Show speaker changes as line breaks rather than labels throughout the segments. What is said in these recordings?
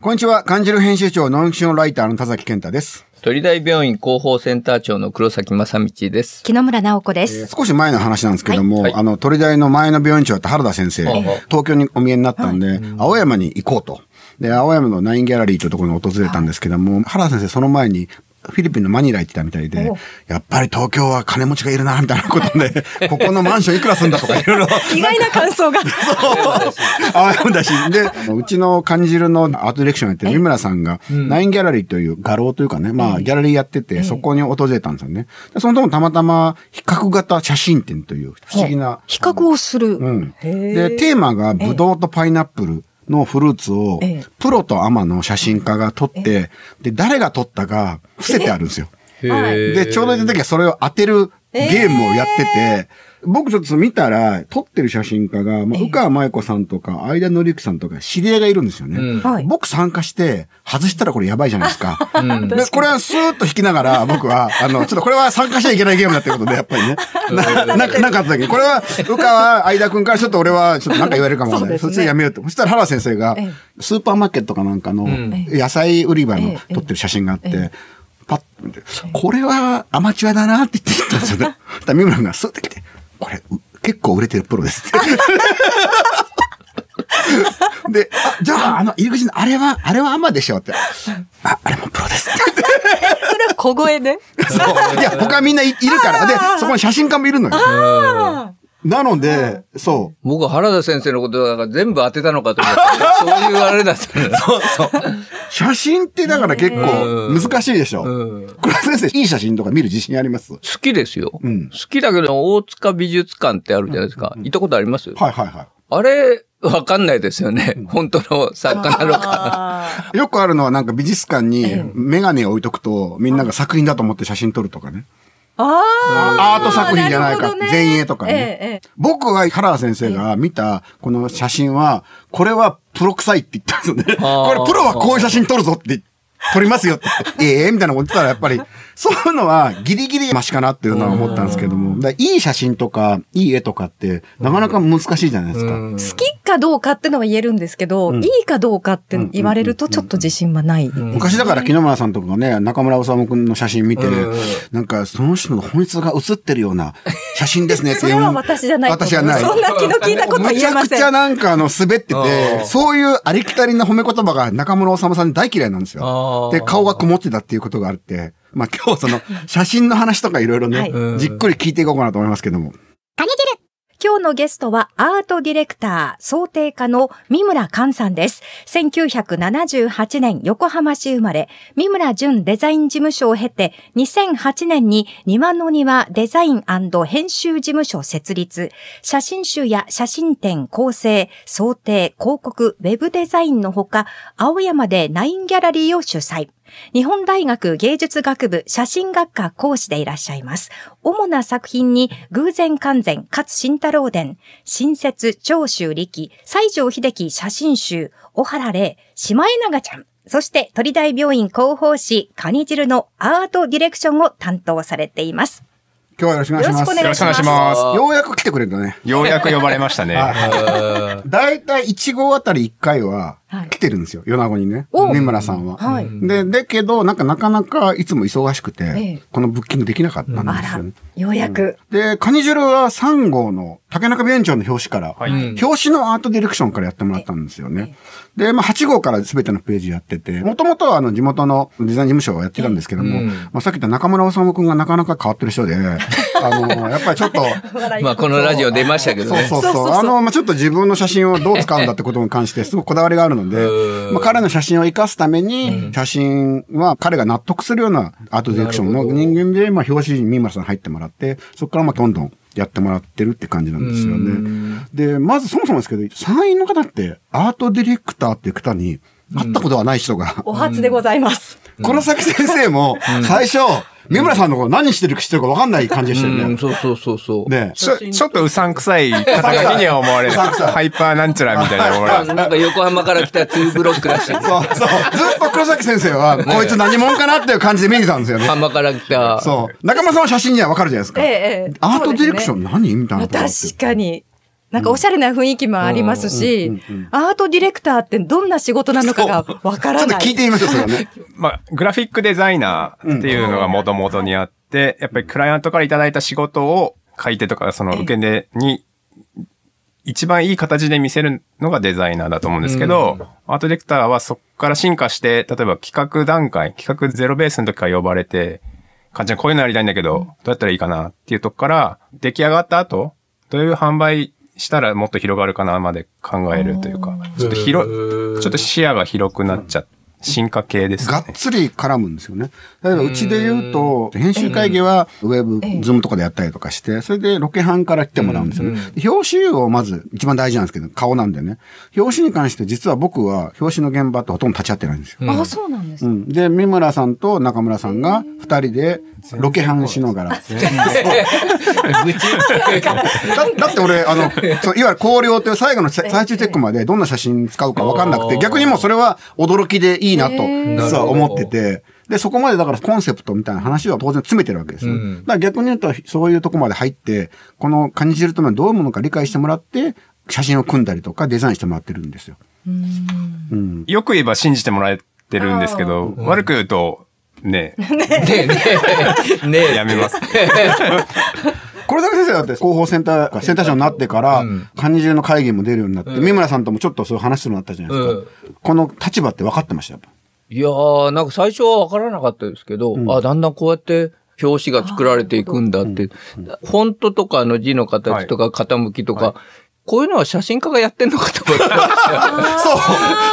こんにちは。感じる編集長、ノンフィクションライターの田崎健太です。
鳥大病院広報センター長の黒崎正道です。
木野村直子で
えー
す。
少し前の話なんですけども、
はい
あの、鳥大の前の病院長だった原田先生、
はい
東京にお見えになったんで、青山に行こうと。で、青山のナインギャラリーというところに訪れたんですけども、原田先生その前に、フィリピンのマニラ行ってたみたいで
お、
やっぱり東京は金持ちがいるな、みたいなことで、ここのマンションいくらすんだとかいろいろ
意外な感想が。
青山だし。で、うちの感じるのアートディレクションやってる三村さんが、ナインギャラリーという画廊というかね、まあギャラリーやってて、そこに訪れたんですよね。でそのとこたまたま比較型写真展という不思議な。
比較をする。
うん。
へー
で、テーマがブドウとパイナップルのフルーツを
ええ、
プロとアマの写真家が撮って、で、誰が撮ったか伏せてあるんですよ。で、ちょうどいた時はそれを当てるゲームをやってて、僕ちょっと見たら、撮ってる写真家が、まあ、うかまえこさんとか、相田の之さんとか、知り合いがいるんですよね。
うん
はい
僕参加して、外したらこれやばいじゃないですか。
ん
でこれはスーッと引きながら、僕は、あの、ちょっとこれは参加しちゃいけないゲームだってことで、やっぱりね。な、なんか、なんかあった時に、これは、うかは、相田くんからちょっと俺は、ちょっとなんか言われるかもしれない。そ,、
そうですね
っちでやめようって。そしたら原先生が
え、
スーパーマーケットかなんかの、
ん
野菜売り場の
ええ
撮ってる写真があって、
え
パッと見て、これはアマチュアだなって言ってたんですよね。そしたら三村君がスーッて来て、これ、う結構売れてるプロ ですって。で、あ、じゃあ、あの、入り口の、あれは、あれはアマでしょって。あ、あれもプロですって。
それは小声で。
そういや、他みんないいるから。で、そこに写真家もいるのよ。
あ
なので、そう。
僕は原田先生のことだから全部当てたのかと思った。そういうあれだったん だ。そうそう。
写真ってだから結構
うん
難しいでしょ。
うん
黒田先生、いい写真とか見る自信あります
好きですよ。
うん
好きだけど、大塚美術館ってあるじゃないですか。行ったことあります、
はいはいは
あれ、わかんないですよね。本当の作家なのか。
あ
い。よくあるのはなんか美術館にメガネを置いとくと、みんなが作品だと思って写真撮るとかね。
あ
アート作品じゃないか
るほどね
前衛とかね
えええ
僕は原田先生が見たこの写真は、これはプロ臭いって言ったんですよね。
あ
こ
ー
れプロはこういう写真撮るぞって、撮りますよって言って。 ええみたいなこと言ってたらやっぱり、そういうのはギリギリマシかなっていうのは思ったんですけども。だからいい写真とか、いい絵とかって、なかなか難しいじゃないですか。
うん
え好きかどうかってのは言えるんですけど、いいかどうかって言われるとちょっと自信はない。
昔だから木野村さんとかがね、中村修君の写真見て
うん、
なんかその人の本質が写ってるような写真ですねって
そ
いう
れは私じゃないと思う。
私はない。
そんな気の利いたこと
む
は言
ち
え
ゃ
ま
く
せ
ちゃ
ん。
なんかあの滑って
う
て、
ん
そういうありきたりな褒め言葉が中村修さんに大嫌いなんですよ
あ。ー
で、顔が曇ってたっていうことがあって、まあ今日その写真の話とかいろいろ
は
ね
い、
うん
じっくり聞いていこうかなと思いますけども。
今日のゲストはアートディレクター、想定家の三村寛さんです。1978年横浜市生まれ、三村淳デザイン事務所を経て、2008年に庭の庭デザイン編集事務所設立、写真集や写真展構成、想定、広告、ウェブデザインのほか、青山でナインギャラリーを主催。日本大学芸術学部写真学科講師でいらっしゃいます。主な作品に、偶然完全、勝慎太郎伝、新説、長州力、西城秀樹写真集、小原玲、シマエナガちゃん、そして鳥大病院広報誌、カニ汁のアートディレクションを担当されています。
今日はよろしくお願いします。
よろしくお願いします
ようやく来てくれたね。
ようやく呼ばれましたね。
だいたい1号あたり1回は
はい
来てるんですよ。米子にね。
お
三村さんは。
はい。
で、だけど、なんかなかなかいつも忙しくて、
ええ
このブッキングできなかったん
あ
ですよね。
ら、ようやく。
で、カニジュルは3号の竹中弁長の表紙から、
はい
うん
表紙のアートディレクションからやってもらったんですよね。で、まあ8号から全てのページやってて、もともとはあの地元のデザイン事務所をやってたんですけども、
うん
まあさっき言った中村修君がなかなか変わってる人で、あの、やっぱりちょっと、
まあ、このラジオ出ましたけど
そう
ね。
そう
そう
そ。
そうう
あの、まあ、ちょっと自分の写真をどう使うんだってことに関して、すごくこだわりがあるので、
うん
まあ、彼の写真を生かすために、写真は彼が納得するようなアートディレクションの人間で、まあ、表紙に三村さん入ってもらって、そこからまあ、どんどんやってもらってるって感じなんですよね。で、まずそもそもですけど、参院の方って、アートディレクターっていう方に、会ったことがない人が、
お初でございます。
この先先生も、最初、三村さんのこと何してるかしてるか分かんない感じでしたよね。
うん、そうそうそうそう。
ねえ
ちょちょっとうさんくさい肩書きには思われる。ハイパーなんちゃらみたいな思われ
あ
ます。
なんか横浜から来たツーブロックらしい。
そうそう。ずっと黒崎先生は、こいつ何者かなっていう感じで見てたん ですよね。
浜から来た。
そう。中村さんの写真にはわかるじゃないですか。
ええええ
アートディレクショ
そう
ン何みたいなところ
で
って
すね確かに。なんかおしゃれな雰囲気もありますし、アートディレクターってどんな仕事なのかがわから
ちょっ
な
と聞い
い。
てみましょう、それはね。
まあ、グラフィックデザイナーっていうのがもともとにあって、やっぱりクライアントからいただいた仕事を書いてとか、その受け手に、一番いい形で見せるのがデザイナーだと思うんですけど、アートディレクターはそこから進化して、例えば企画段階、企画ゼロベースの時から呼ばれて、かんちゃんこういうのやりたいんだけど、どうやったらいいかなっていうとこから、出来上がった後、どういう販売したらもっと広がるかなまで考えるというか、ちょっと広、ちょっと視野が広くなっちゃ、進化系ですね。
がっつり絡むんですよね。例えばうちで言うと、編集会議はウェブ、ズームとかでやったりとかして、それでロケ班から来てもらうんですよね。で表紙をまず一番大事なんですけど、顔なんでね。表紙に関して実は僕は表紙の現場ってほとんど立ち会ってないんですよ。
あ、そうなんです
う
ね。
ん、で、三村さんと中村さんが二人でロケ班しながら。だだって俺、あの、そういわゆる光量という最後のさ最終チェックまでどんな写真使うかわかんなくて、
あー
逆にもうそれは驚きでいいなと、
へー
実は思ってて。で、そこまでだからコンセプトみたいな話は当然詰めてるわけですよ。
うん
だから逆に言うと、そういうとこまで入って、このカニ汁というのはどういうものか理解してもらって、写真を組んだりとかデザインしてもらってるんですよ。うん。
よく言えば信じてもらえてるんですけど、悪く言うと、ね
ねえねえ。ね
え、
え。
やめます。
これだけ先生だって広報センター、センター長になってから、
うん
管理中の会議も出るようになって、三村さんともちょっとそういう話するようになったじゃないですか。この立場って分かってましたやっぱ
いやー、なんか最初は分からなかったですけど、あ、だんだんこうやって表紙が作られていくんだって、フォントとかの字の形とか傾きとか、こういうのは写真家がやってんのかと思って
そう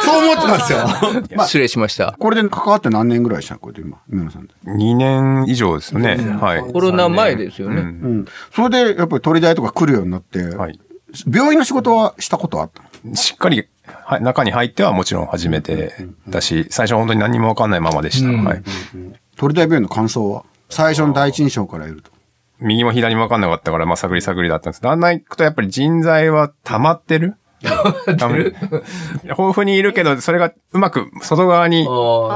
そう思ってたんですよ。 まあ、
失礼しました。
これで関わって何年ぐらいでしたこれで今、三村さんで。
2年以上ですよね。はい。
コロナ前ですよね
うん
うん。それで、やっぱり取り台とか来るようになって、
はい
病院の仕事はしたことはあったの
しっかり、はい、中に入ってはもちろん初めてだし、最初本当に何もわかんないままでした。はい。
取り台病院の感想は最初の第一印象から言うと。
右も左もわかんなかったから、まあ、探り探りだったんですけど、だんだん行くとやっぱり人材は溜まってる溜まってる豊富にいるけど、それがうまく外側に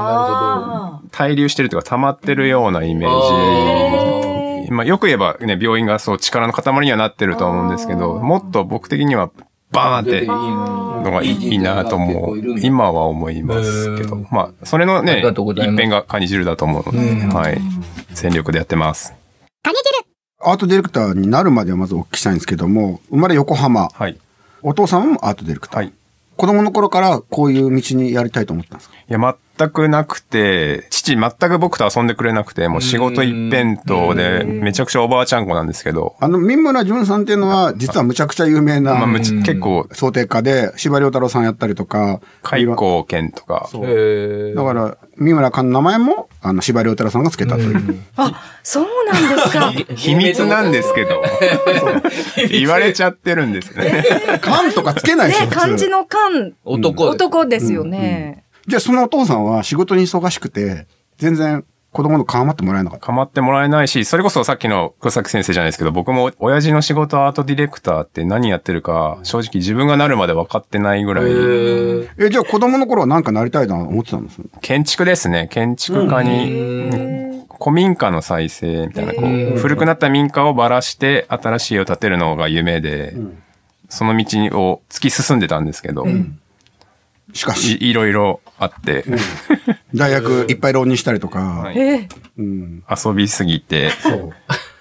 あ
滞留してるというか溜まってるようなイメージ。まあよく言えばね、病院がそう力の塊にはなってると思うんですけど、もっと僕的にはバーンってのがいいいいなともう、今は思いますけど。まあ、それの
あり
ね、
がとうございます
一辺がカニ汁だと思うので、はい。全力でやってます。
アートディレクターになるまではまずお聞きしたいんですけども、生まれ横浜、
はい。
お父様もアートディレクター。
はい。
子供の頃からこういう道にやりたいと思ったんですか
いや、全くなくて、父全く僕と遊んでくれなくて、もう仕事一辺倒で、めちゃくちゃおばあちゃん子なんですけど、
あの、三村淳さんっていうのは、実はむちゃくちゃ有名な、
まあ、むち結構、
想定家で、司馬遼太郎さんやったりとか、
開口犬とか、
ーなる
だ
ほど。
から、三村さんの名前も、あの、司馬遼太郎さんが付けたという。
あ、そうなんで すか。
秘密なんですけど、 言われちゃってるんですね。
缶とか付けないでしょ、
ね、
普通
漢字の漢、
男です。
男ですよね。
じゃあ、そのお父さんは仕事に忙しくて、全然子供の顔まってもらえなかった。
構ってもらえないし、それこそさっきの黒崎先生じゃないですけど、僕も親父の仕事アートディレクターって何やってるか、正直自分がなるまで分かってないぐらい、
え、じゃあ子供の頃はなんかなりたいなと思ってたんです
建築ですね。建築家に、古民家の再生みたいな、こう、古くなった民家をばらして新しい家を建てるのが夢で、その道を突き進んでたんですけど、
しかし、
いいろいろあって、
大学いっぱい浪人したりとか
い、
ええ
うん。
遊びすぎて、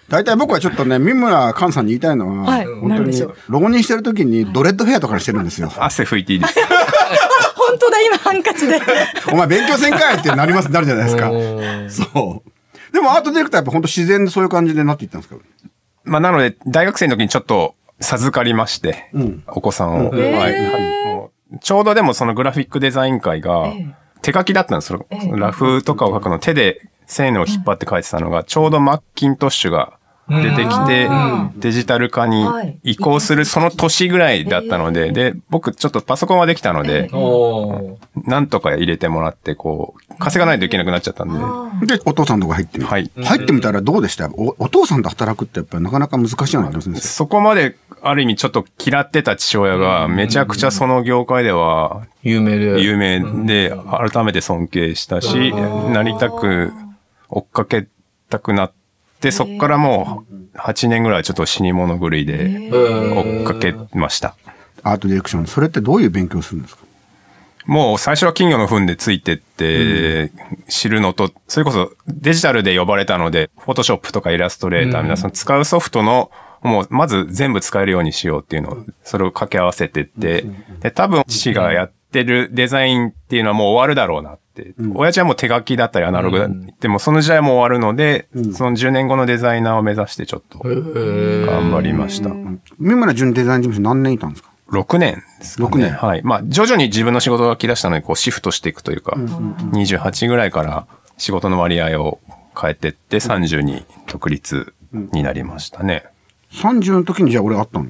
大体僕はちょっとね、三村寛さんに言いたいのは、
はい
本
な
当
んで
に
しょう、
浪人してる時にドレッドヘアとかにしてるんですよ。
汗拭いていいですか
あ、本当だ、今ハンカチで。
お前勉強せんかいってなります、なるじゃないですか。そう。でもアートディレクターやっぱ本当自然でそういう感じでなっていったんですけど。
まあ、なので、大学生の時にちょっと授かりまして、
うん
お子さんを、
う
はいはいもうちょうどでもそのグラフィックデザイン会が、手書きだったんですよ。ラフとかを書くの、手で線を引っ張って書いてたのが、ちょうどマッキントッシュが出てきて、デジタル化に移行するその年ぐらいだったので、で、僕ちょっとパソコンはできたので、
おー
なんとか入れてもらって、こう、稼がないといけなくなっちゃったんで、は
で、お父さんのとこ入ってみた。
い。
入ってみたらどうでしたおお父さんと働くってやっぱりなかなか難しいような気がするんですよ
そこまで、ある意味ちょっと嫌ってた父親が、めちゃくちゃその業界では
有名で。
有名で、改めて尊敬したし、なりたく、追っかけたくなっで、そこからもう8年ぐらいちょっと死に物狂いで追っかけました。
アートディレクション、それってどういう勉強をするんですか
もう最初は金魚の糞でついてって知るのと、それこそデジタルで呼ばれたので、フォトショップとかイラストレーター、皆さん使うソフトの、もうまず全部使えるようにしようっていうのを、それを掛け合わせてって、で、多分父がやってるデザインっていうのはもう終わるだろうなって。親父はもう手書きだったりアナログだでもその時代も終わるので、その10年後のデザイナーを目指してちょっと頑張りました。
三村純デザイン事務所何年いたんですか
6年ですかね。
6年
はい。まあ、徐々に自分の仕事が来だしたので、こう、シフトしていくというか、28ぐらいから仕事の割合を変えてって、30に独立になりましたね。
?30 の時にじゃあ俺あったの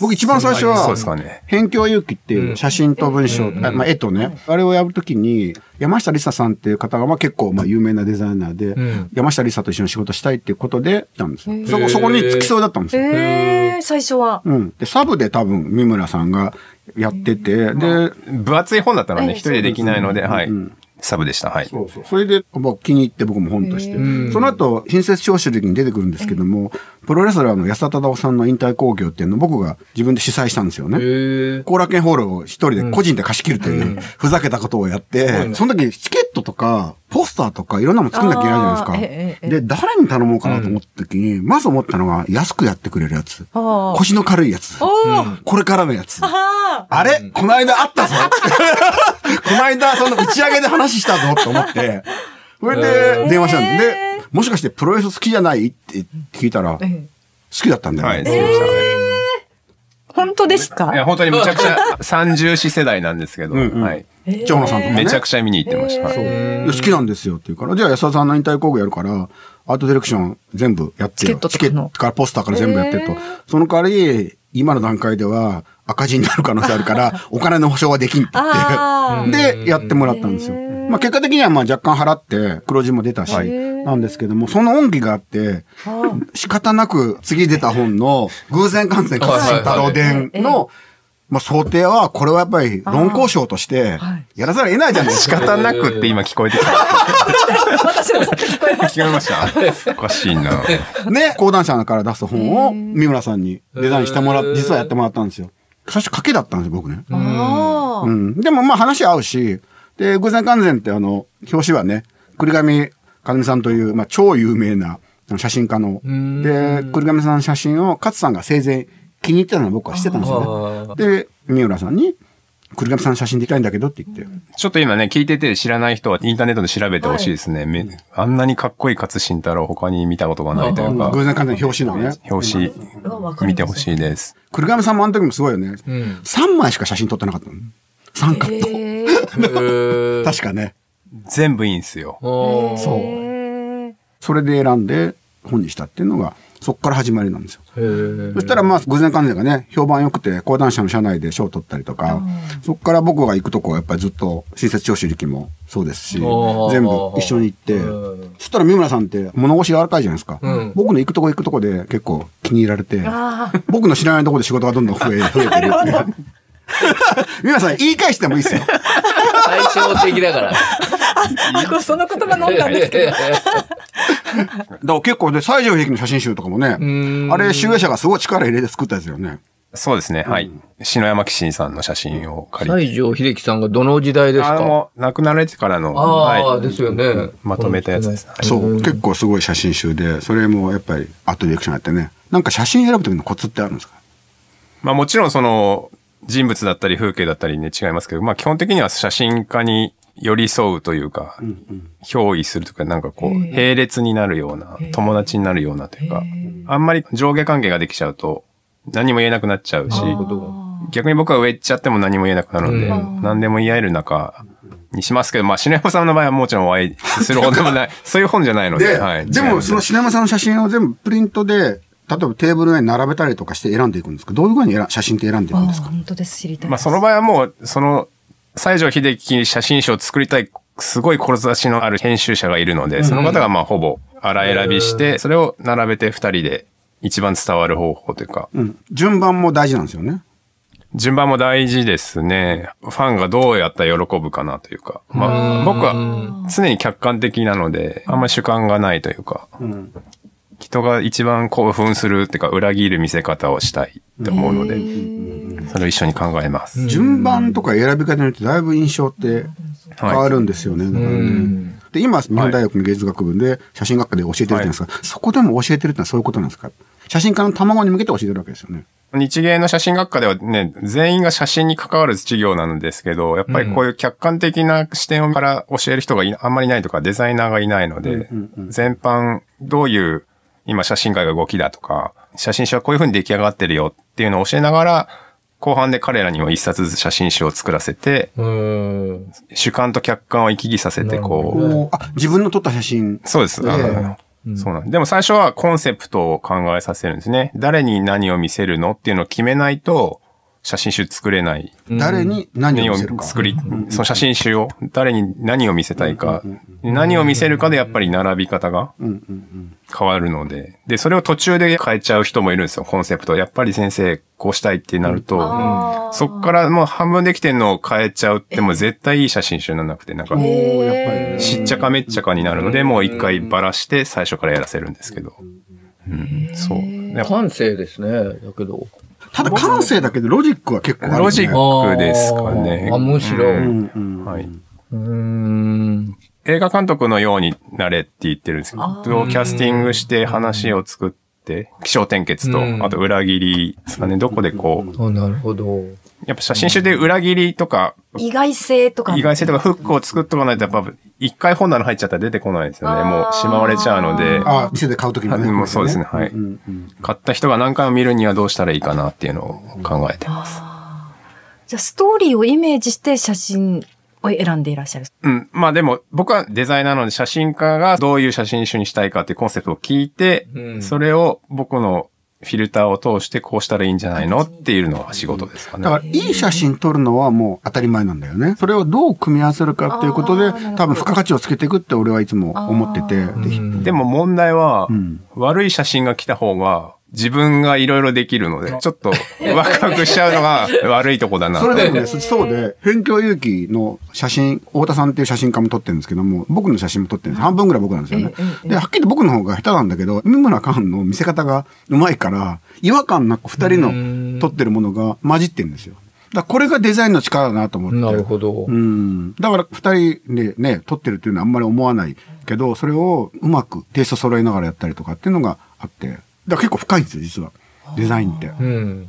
僕一番最初
そう
は
ですかね、
辺境勇気っていう写真と文章、あまあ、絵とね、あれをやるときに、山下りささんっていう方がまあ結構まあ有名なデザイナーで、
ん
山下りさと一緒に仕事したいっていうことで来たんですよ。そ
へー
こ、そこに付き添いだったんですよ。
ええ、最初は。
うん。で、サブで多分三村さんがやってて、で、
分厚い本だったので、
ええ
一人でできないので、はい
ん。
サブでした。はい。
そうそう。それで、まあ、気に入って僕も本として。その後、新設聴取の時に出てくるんですけども、プロレスラーの安田忠夫さんの引退興行っていうのを僕が自分で主催したんですよね。
へえ。
後楽園ホールを一人で個人で貸し切るという、ふざけたことをやって、その時チケットとか、ポスターとかいろんなもの作んなきゃいけないじゃないです
あ
か。
ーえええ
で、誰に頼もうかなと思った時に、まず思ったのが、安くやってくれるやつ。
ああ。
腰の軽いやつ。
おー
これからのやつ。
あ
あれこの間あったぞ この間、その打ち上げで話したぞと思って、それで電話したんで、でもしかしてプロレス好きじゃないって聞いたら、
ー
好
ええ
きだったんだよ、
はい。
ね
そうでしたね。
本当です
いや、
か
本当にめちゃくちゃ30子世代なんですけど、はい。
長野さんとかね。
めちゃくちゃ見に行ってました。はい
いや好きなんですよっていうから、じゃあ安田さんの引退工具やるから、アートディレクション全部やってよ
チケットとかの
からポスターから全部やってると。
へー
その代わり、今の段階では赤字になる可能性ある から、お金の保証はできんって言
あー
って、 で、やってもらったんですよ。まあ結果的にはまあ若干払って黒字も出たし、なんですけども、その恩義があって、仕方なく次出た本の偶然完全勝新太郎伝の、まあ想定は、これはやっぱり論交渉として
はい、
やらざるを得ないじゃないです
仕
か。
方なくって今聞こえてきた。
私もさっき聞こえまし
聞こえましたおかしいな。
ね、講談社から出す本を三村さんにデザインしてもらっ実はやってもらったんですよ。最初賭けだったんですよ、僕ね。
た。あ
う
あ。
ん。でもまあ話合うし、で、偶然完全ってあの、表紙はね、栗上和美さんという、まあ超有名な写真家の、
ん
で、栗上さんの写真を勝さんが生前気に入ってたのを僕はしてたんですよね。で、三村さんに、栗上さんの写真できないんだけどって言って。
ちょっと今ね、聞いてて知らない人はインターネットで調べてほしいですね、めあんなにかっこいい勝新太郎他に見たことがないというか、
偶然完全表紙のね。
表紙
わわかりました
見てほしいです。
栗上さんもあの時もすごいよね。
ん
3枚しか写真撮ってなかったの。3カット。
ええ。
へえ
確かね。
全部いいんすよ。
おー
そう
へえ
それで選んで本にしたっていうのが、そこから始まりなんですよ。
へえ
そしたらまあ、偶然関連がね、評判良くて、講談社の社内で賞を取ったりとか、そこから僕が行くとこはやっぱりずっと、新設聴取力もそうですし、全
おー
部一緒に行って
うん、
そしたら三村さんって物腰柔らかいじゃないですか
ん。
僕の行くとこ行くとこで結構気に入られて、
ああ。
僕の知らないところで仕事がどんどん増 え、増えてるっていう。三村さん言い返してもいいですよ。
対照的だから。
あ、こうその言葉飲んだんですけど。
だから結構ね、西城秀樹の写真集とかもね、
ん
あれ、集英社がすごい力入れて作ったやつよね。
そうですね、はい。篠山紀信さんの写真を借りて。
西城秀樹さんがどの時代です
あ
か
の、亡くなられてからの、
ああ、
は
ですよね。
い、まとめたやつです。
そう、結構すごい写真集で、それもやっぱりアートディレクションやってね、なんか写真選ぶ時のコツってあるんですか
まあもちろんその人物だったり風景だったりね違いますけど、まあ基本的には写真家に寄り添うというか、憑依するというか、なんかこう、並列になるような、友達になるようなというか、あんまり上下関係ができちゃうと何も言えなくなっちゃうし、逆に僕は上行っちゃっても何も言えなくなるので、何でも言い合える中にしますけど、まあ篠山さんの場合はもちろんお会いするほどでもない、そういう本じゃないので、
で、
はい。
でもその品山さんの写真を全部プリントで、例えばテーブルの上に並べたりとかして選んでいくんですかどういうふうに選写真って選んでいくんですか
本当です、知りたい。
まあ、その場合はもう、その、西城秀樹写真集を作りたい、すごい志のある編集者がいるので、その方がまあ、ほぼ、荒選びして、それを並べて二人で、一番伝わる方法というか、
うん。順番も大事なんですよね。
順番も大事ですね。ファンがどうやったら喜ぶかなというか。まあ、僕は常に客観的なので、あんまり主観がないというか、
ん
人が一番興奮するっていうか、裏切る見せ方をしたいと思うので、それを一緒に考えます。
順番とか選び方によってだいぶ印象って変わるんですよね。だからねで今、日本大学の芸術学部で写真学科で教えてるじゃないですか。そこでも教えてるってのはそういうことなんですか写真家の卵に向けて教えてるわけですよね。
日芸の写真学科ではね、全員が写真に関わる授業なんですけど、やっぱりこういう客観的な視点から教える人がいなあんまりいないとか、デザイナーがいないので、全般どういう今写真界が動きだとか、写真集はこういう風に出来上がってるよっていうのを教えながら、後半で彼らにも一冊ずつ写真集を作らせて、
うん。
主観と客観を行き来させて、こう、
こうあ、自分の撮った写真。
そうです。
ええ
あのそうなんですでも最初はコンセプトを考えさせるんですね。誰に何を見せるのっていうのを決めないと、写真集作れない。
誰に何
何
を
を
見せるか。
作り、その写真集を、誰に何を見せたいか、何を見せるかでやっぱり並び方が
うんうん
変わるので、で、それを途中で変えちゃう人もいるんですよ、コンセプト。やっぱり先生、こうしたいってなると、
あー
そっからもう半分できてんのを変えちゃうって、もう絶対いい写真集にならなくて、なんか
うん。、
へー
おーやっぱりね。
しっちゃかめっちゃかになるので、もう一回バラして最初からやらせるんですけど。うん、そう。やっぱ
感性ですね。だけど。
ただ感性だけでロジックは結構ある、ね。
ロジック僕ですかね
あーあむしろ。
う
うんうん。
はい。
うん。
映画監督のようになれって言ってるんですけど、キャスティングして話を作って、気象転結と
うん、
あと裏切りですかね、どこでこう、
あなるほど。
やっぱ写真集で裏切りとか、
意外性とか。
意外性とかフックを作っとかないと、やっぱ一回本棚入っちゃったら出てこないですよね。もうしまわれちゃうので、
あ、店で買うときもね。
あもうそうですねはい
うんうん
買った人が何回も見るにはどうしたらいいかなっていうのを考えてます。
じゃあストーリーをイメージして写真を選んでいらっしゃる。
うん。まあでも、僕はデザイナーなので、写真家がどういう写真集にしたいかっていうコンセプトを聞いて、
うん
それを僕のフィルターを通してこうしたらいいんじゃないのっていうのが仕事ですかね。
だから、いい写真撮るのはもう当たり前なんだよね。それをどう組み合わせるかっていうこと
あ
で
ーなるほど、
多分付加価値をつけていくって俺はいつも思ってて。
あ
で
でも問題は、
ん
悪い写真が来た方が、自分がいろいろできるので、ちょっとワクワクしちゃうのが悪いとこだなと
それでもね、 そそうで、辺境勇気の写真、太田さんっていう写真家も撮ってるんですけども、僕の写真も撮ってるんです。半分ぐらい僕なんですよね。で、はっきり言って僕の方が下手なんだけど、三村寛の見せ方がうまいから、違和感なく二人の撮ってるものが混じってるんですよ。だからこれがデザインの力だなと思って。
なるほど
う。ん。だから二人でね、撮ってるっていうのはあんまり思わないけど、それをうまくテイスト揃えながらやったりとかっていうのがあって、だから結構深いんですよ、実は。デザインって。
うん。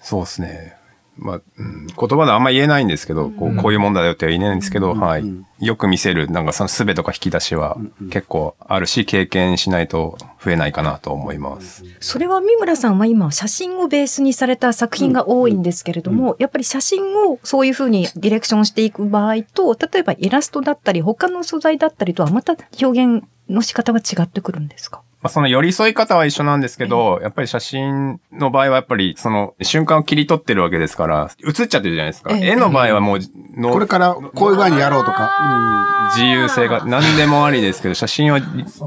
そうですね。まあ、うん言葉であんま言えないんですけど、こうこういうもんだよっては言えないんですけど、はい。よく見せる、なんかその術とか引き出しは結構あるし、経験しないと増えないかなと思います。
それは三村さんは今写真をベースにされた作品が多いんですけれども、やっぱり写真をそういうふうにディレクションしていく場合と、例えばイラストだったり他の素材だったりとはまた表現の仕方が違ってくるんですか
まあ、その寄り添い方は一緒なんですけど、やっぱり写真の場合はやっぱりその瞬間を切り取ってるわけですから、映っちゃってるじゃないですか。
ええ
絵の場合はもう、の
これからこういう具合にやろうとか。
自由性が何でもありですけど、写真は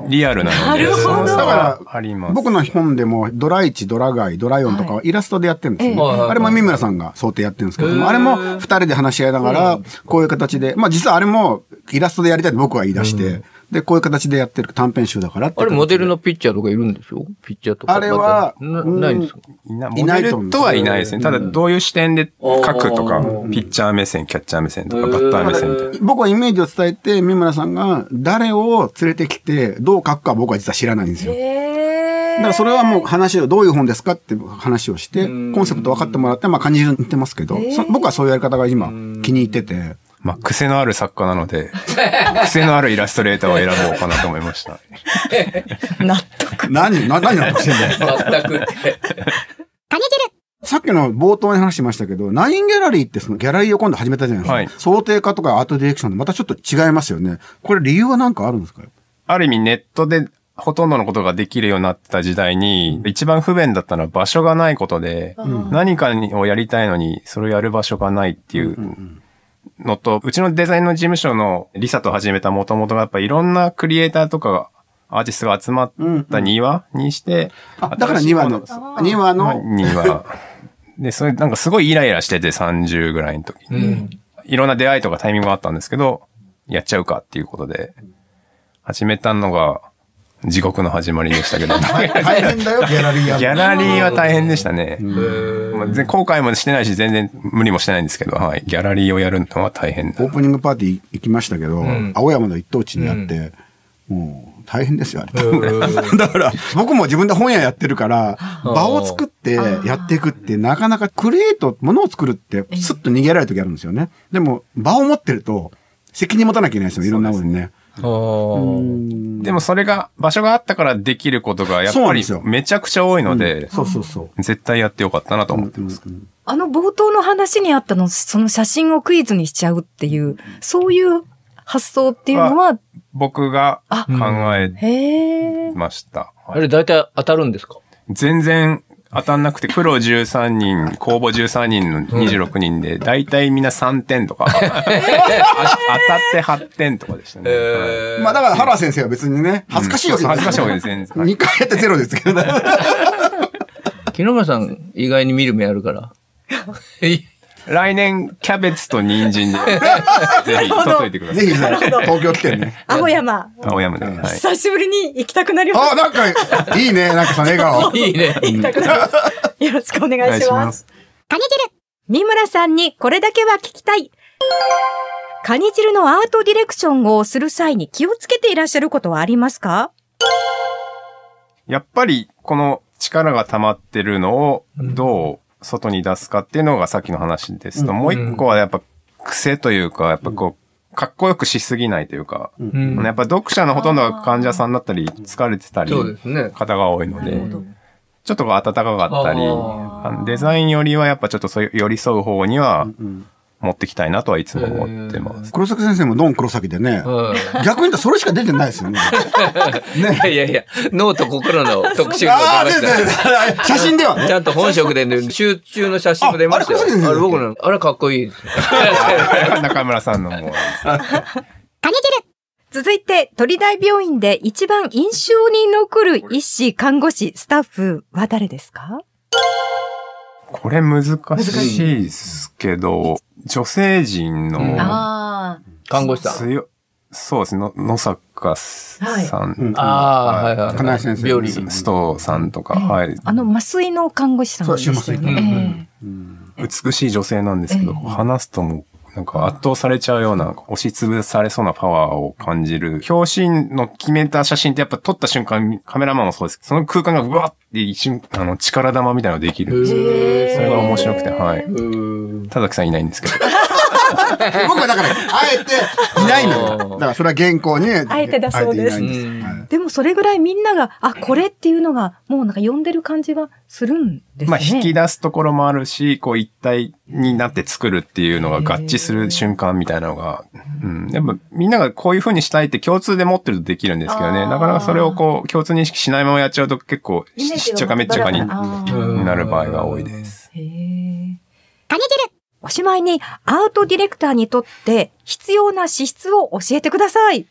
リアルなの
な
で、
るほど
その差
だ
が
か
ありま
ら、
す。
僕の本でも、ドラ1、ドラガイ、ドライオンとかはイラストでやってるんですよね、
はいええ
あれも三村さんが想定やってるんですけど
へえ
も、あれも二人で話し合いながら、こういう形で、まあ実はあれもイラストでやりたいと僕は言い出して、で、こういう形でやってる短編集だからって
あ
いう形
れ、
で
モデルのピッチャーとかいるんでしょピッチャーとか。
あれは
な
うん
ないんですか
いないモ
ない
デ
と思う
ルとはいないですね。ただ、どういう視点で書くとか、ピッチャー目線、キャッチャー目線とか、バッター目線みたいな。
僕はイメージを伝えて、三村さんが誰を連れてきて、どう書くか僕は実は知らないんですよ。
へ
だからそれはもう話を、どういう本ですかって話をして、コンセプト分かってもらって、まあ感じに似てますけど、そ僕はそういうやり方が今気に入ってて、
まあ、癖のある作家なので、 癖のあるイラストレーターを選ぼうかなと思いました。
納得。
何、な何なんしてんだよ。
全く。
さっきの冒頭に話しましたけど、ナインギャラリーってそのギャラリーを今度始めたじゃないですか。
はい
想定化とかアートディレクションとまたちょっと違いますよね。これ理由は何かあるんですか
ある意味、ネットでほとんどのことができるようになった時代に、一番不便だったのは場所がないことで、何かをやりたいのに、それをやる場所がないっていうのと、うちのデザインの事務所のリサと始めた元々がやっぱいろんなクリエイターとかが、アーティストが集まった庭にして、
あだから2話の、2話
まあ
の、
庭で、それなんかすごいイライラしてて30ぐらいの時に、いろんな出会いとかタイミングがあったんですけど、やっちゃうかっていうことで、始めたのが地獄の始まりでした けど、
大変だよ、ギャラリーやる
ギャラリーは大変でしたね。まあ、ぜ後悔もしてないし、全然無理もしてないんですけど、はい。ギャラリーをやるのは大変だ
オープニングパーティー行きましたけど、青山の一等地にあって、もう大変ですよ、あれ。 だから、僕も自分で本屋やってるから、場を作ってやっていくって、なかなかクリエイト、ものを作るって、スッと逃げられる時あるんですよね。でも、場を持ってると、責任持たなきゃいけないですよ、いろんなことにね。
あー
でもそれが、場所があったからできることが、やっ
そうな
ぱ
んで
り
すよ
めちゃくちゃ多いので、
そうそうそう。
絶対やってよかったなと思ってます。
あの冒頭の話にあったの、その写真をクイズにしちゃうっていう、そういう発想っていうのは、
僕が考え
へえ。
ました。
あれ大体当たるんですか
全然当たんなくて、プロ13人、公募13人の26人で、大体みんな3点とか、あ当たって8点とかでしたね。はい
まあだから原先生は別にね、恥ずかしいわけ
恥ずかしいわけ
で
ですす
よ。
全然。
2回やってゼロですけどね。
木村さん意外に見る目あるから。 い
来年、キャベツと人参で、ぜひ、取っといてくださ
ぜひ、
い。
東京来てね。
青山、
青山で。はい。
久しぶりに行きたくなりま
あ
し
あ、なんか、いいね。なんかその笑顔。
いね。
た。行きたくなりました。 よろしくお願いします。。カニ汁三村さんにこれだけは聞きたい。カニ汁のアートディレクションをする際に気をつけていらっしゃることはありますか
やっぱり、この力が溜まってるのを、どう外に出すかっていうのがさっきの話ですと、もう一個はやっぱ、癖というか、やっぱこう、かっこよくしすぎないというか、
うん
やっぱ読者のほとんどが患者さんだったり、疲れてたり、
そうですね。
方が多いので、ちょっとこう温かかったり
あ、
あのデザインよりはやっぱちょっとそういう寄り添う方には持ってきたいなとはいつも思ってます。
黒崎先生もドン黒崎でね。
うん
逆に言うとそれしか出てないですよ ね。
いやいやいや、脳と心の特集が
ああ、
出
出
ま
て
したよ。
ない。写真では
ち
ね。
ゃんと本職で、ね、集中の写真も出ましたよ
ああれ小杉先生
あれ僕の、あれかっこいいです。
中村さんのもう
続いて、鳥大病院で一番印象に残る医師、看護師、スタッフは誰ですか
これ難しいですけど、女性陣
うん
の
ああ。
看護師さん。
強、そうですね、の野坂さん、
うん
ああ、はいはい。
金井先生
病理。
スストーさんとか、はい。
あの、麻酔の看護師さんです
そう
よ
麻酔
ね。
美しい女性なんですけど、話すともうなんか圧倒されちゃうような、押しつぶされそうなパワーを感じる。表紙の決めた写真ってやっぱ撮った瞬間、カメラマンもそうですけど、その空間がうわって一瞬、あの、力玉みたいなのができる。それが面白くて、はい。田崎さんいないんですけど。
僕はだから、あえていないのよ。だからそれは原稿に。あ
えてだそうです
えていないん
うん
はい
でもそれぐらいみんなが、あ、これっていうのが、もうなんか呼んでる感じはするんですね。
まあ、引き出すところもあるし、こう一体になって作るっていうのが合致する瞬間みたいなのが、うん。やっぱみんながこういう風にしたいって共通で持ってるとできるんですけどね。なかなかそれをこう共通認識しないままやっちゃうと結構
イメージ
しし
が
っちゃかめっちゃかに
バラバラあー
なる場合が多いです。
へえ。おしまいに、アートディレクターにとって必要な資質を教えてください。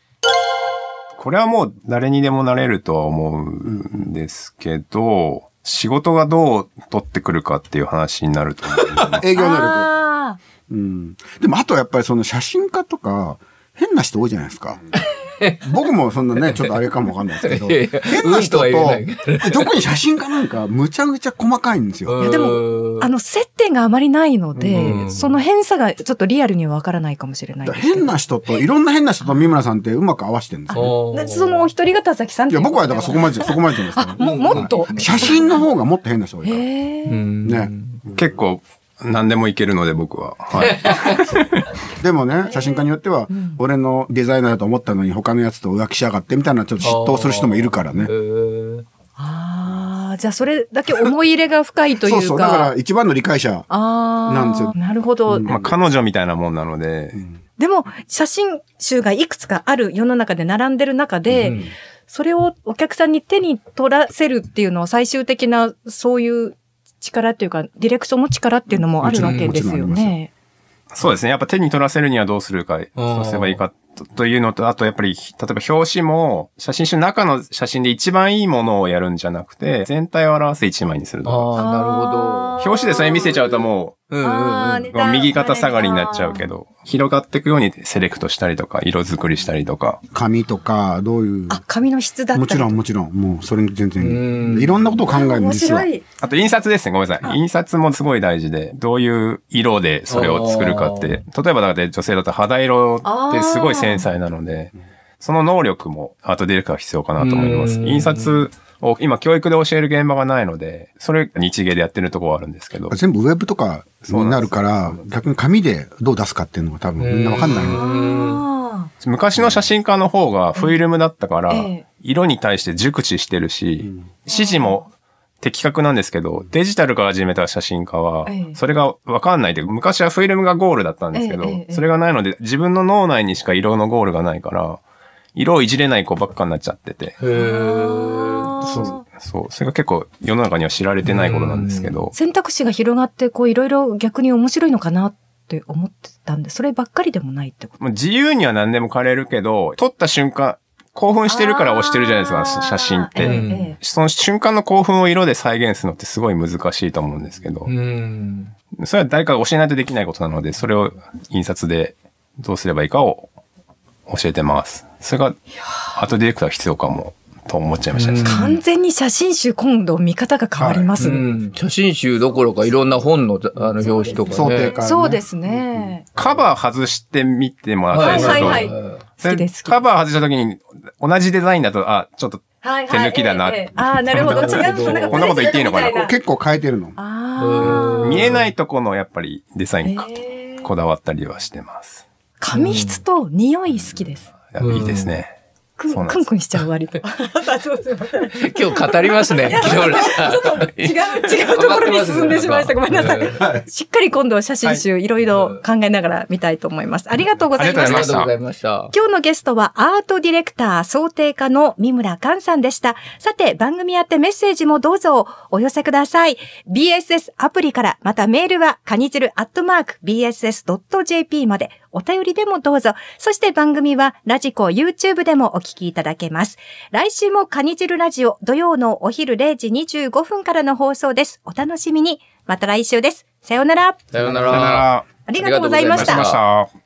これはもう誰にでもなれるとは思うんですけど、仕事がどう取ってくるかっていう話になると思いま す。
営業能力。
あ
うん。でもあとはやっぱりその写真家とか、変な人多いじゃないですか。僕もそんなね、ちょっとあれかもわかんないですけど、
いやいや
変な人と
うんとは言えない、
特に写真家なんかむちゃむちゃ細かいんですよ。
あ。いやでも、あの、接点があまりないの
う
で、
ん
その偏差がちょっとリアルにはわからないかもしれないですけど。
変な人と、いろんな変な人と三村さんってうまく合わせてるんですよ。
の
でそのお一人が田崎さん
い
って
や、
いう
僕はだからそこまでじゃ、そこまでじゃないですか
あ、も、もっと。
写真の方がもっと変な人多いから。
へえ。
ね
ね。
結構何でもいけるので僕は。はい。
でもね、写真家によっては、俺のデザイナーだと思ったのに他のやつと浮気しやがってみたいなちょっと嫉妬する人もいるからね。
ああ、じゃあそれだけ思い入れが深いとい
そ
うか。
うそう。だから一番の理解者。
ああ。
なんですよ
なるほど。
まあ彼女みたいなもんなので、
でも、写真集がいくつかある世の中で並んでる中で、それをお客さんに手に取らせるっていうのは最終的な、そういう力っていうか、ディレクションの力っていうのもあるわけです
も
よ
ちろんもちろんあ
ね。
そうですね。やっぱ手に取らせるにはどうするか、
ん
そうすればいいかというのと、あとやっぱり、例えば表紙も、写真集の中の写真で一番いいものをやるんじゃなくて、全体を表す一枚にするとか。
ああ、なるほど。
表紙でそれ見せちゃうともう、
うんうんうん。
もう右肩下がりになっちゃうけど、広がっていくようにセレクトしたりとか、色作りしたりとか。
紙とか、どういう。
あ、紙の質だった
もちろん、もちろん。もう、それに全然。いろんなことを考えるん
面
ですよ。
白い。
あと印刷ですね。ごめんなさい。印刷もすごい大事で、どういう色でそれを作るかって。例えばだって女性だと肌色ってすごい繊細なので、その能力もアートディレクターは必要かなと思います。
うん
印刷を今教育で教える現場がないので、それ日芸でやってるとこはあるんですけど。
全部ウェブとかになるから、逆に紙でどう出すかっていうのが多分みんなわかんない。
あ
昔の写真家の方がフィルムだったから
ええ、
色に対して熟知してるし、指示も的確なんですけど、デジタルから始めた写真家は
ええ、
それがわかんないというか、昔はフィルムがゴールだったんですけ
えええ
ど、
え
それがないので、自分の脳内にしか色のゴールがないから、色をいじれない子ばっかになっちゃってて、
へー
あ。
そう、そうそれが結構世の中には知られてないことなんですけど、
選択肢が広がって、こういろいろ逆に面白いのかなって思ってたんで、そればっかりでもないってこと。
もう自由には何でも枯れるけど、撮った瞬間、興奮してるから押してるじゃないです
あ
か、
ー
写真って。
ええ
うん
ええ
その瞬間の興奮を色で再現するのってすごい難しいと思うんですけど
う、ん。
それは誰かが教えないとできないことなので、それを印刷でどうすればいいかを教えてます。それがアートディレクター必要かもと思っちゃいましたね。
うん
完全に写真集今度見方が変わります
う
ね。
ん写真集どころかいろんな本のあの表紙とかね。
想定からね
そうですね。
カバー外してみてもらった
は
り
い
する
は
と、
い
い
は
はいい。
それ
好きです
カバー外した時に同じデザインだと、あ、ちょっと
はい
手抜きだな
ええええああ、なるほど。違う。なんか
こんなこと言っていいのかな
プレゼントみたい
結構変えてるの。
ああ。
見えないとこのやっぱりデザインか
ええ
こだわったりはしてます。
紙質と匂い好きです。
いやいいですね。
くん
そうなんです
くんくんしちゃう割 と。あそうすいません
今日語りますね。木村さん
違う、違うところに進んでしまいました。ごめんなさい。しっかり今度は写真集いろいろ考えながら見たいと思います。ありがとうございま
あ
あ
り
り
し
が
た
がと
とうござ
うござ
いました。
今日のゲストはアートディレクター想定家の三村寛さんでした。さて、番組宛てメッセージもどうぞお寄せください。BSS アプリから、またメールは、かにじるアットマーク BSS.jp まで、お便りでもどうぞ。そして番組は、ラジコ YouTube でもお聞きいただけます。来週もかにじるラジオ、土曜のお昼0時25分からの放送です。お楽しみに。また来週です。さようなら。
さような
さよな
ら。
ら。
ありがとうございまし
ありがとうございましたた。
した。